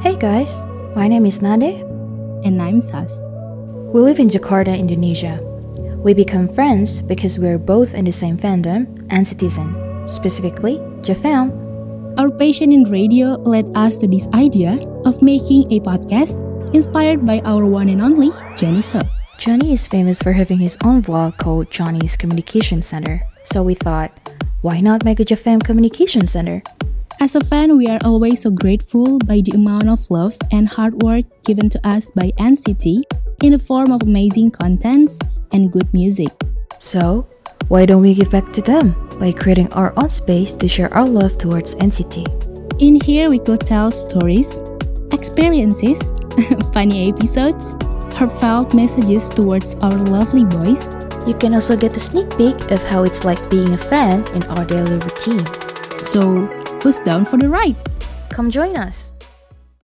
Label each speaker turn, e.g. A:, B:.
A: Hey guys, my name is Nade.
B: And I'm Sas.
A: We live in Jakarta, Indonesia. We become friends because we're both in the same fandom and citizen, specifically JaFam.
B: Our passion in radio led us to this idea of making a podcast inspired by our one and only Jenny Sub.
A: Johnny is famous for having his own vlog called Johnny's Communication Center, so we thought, why not make a JaFam Communication Center?
B: As a fan, we are always so grateful by the amount of love and hard work given to us by NCT in the form of amazing contents and good music.
A: So, why don't we give back to them by creating our own space to share our love towards NCT?
B: In here, we could tell stories, experiences, funny episodes, heartfelt messages towards our lovely boys,
A: You can also get a sneak peek of how it's like being a fan in our daily routine.
B: so who's down for the ride?
A: Come join us!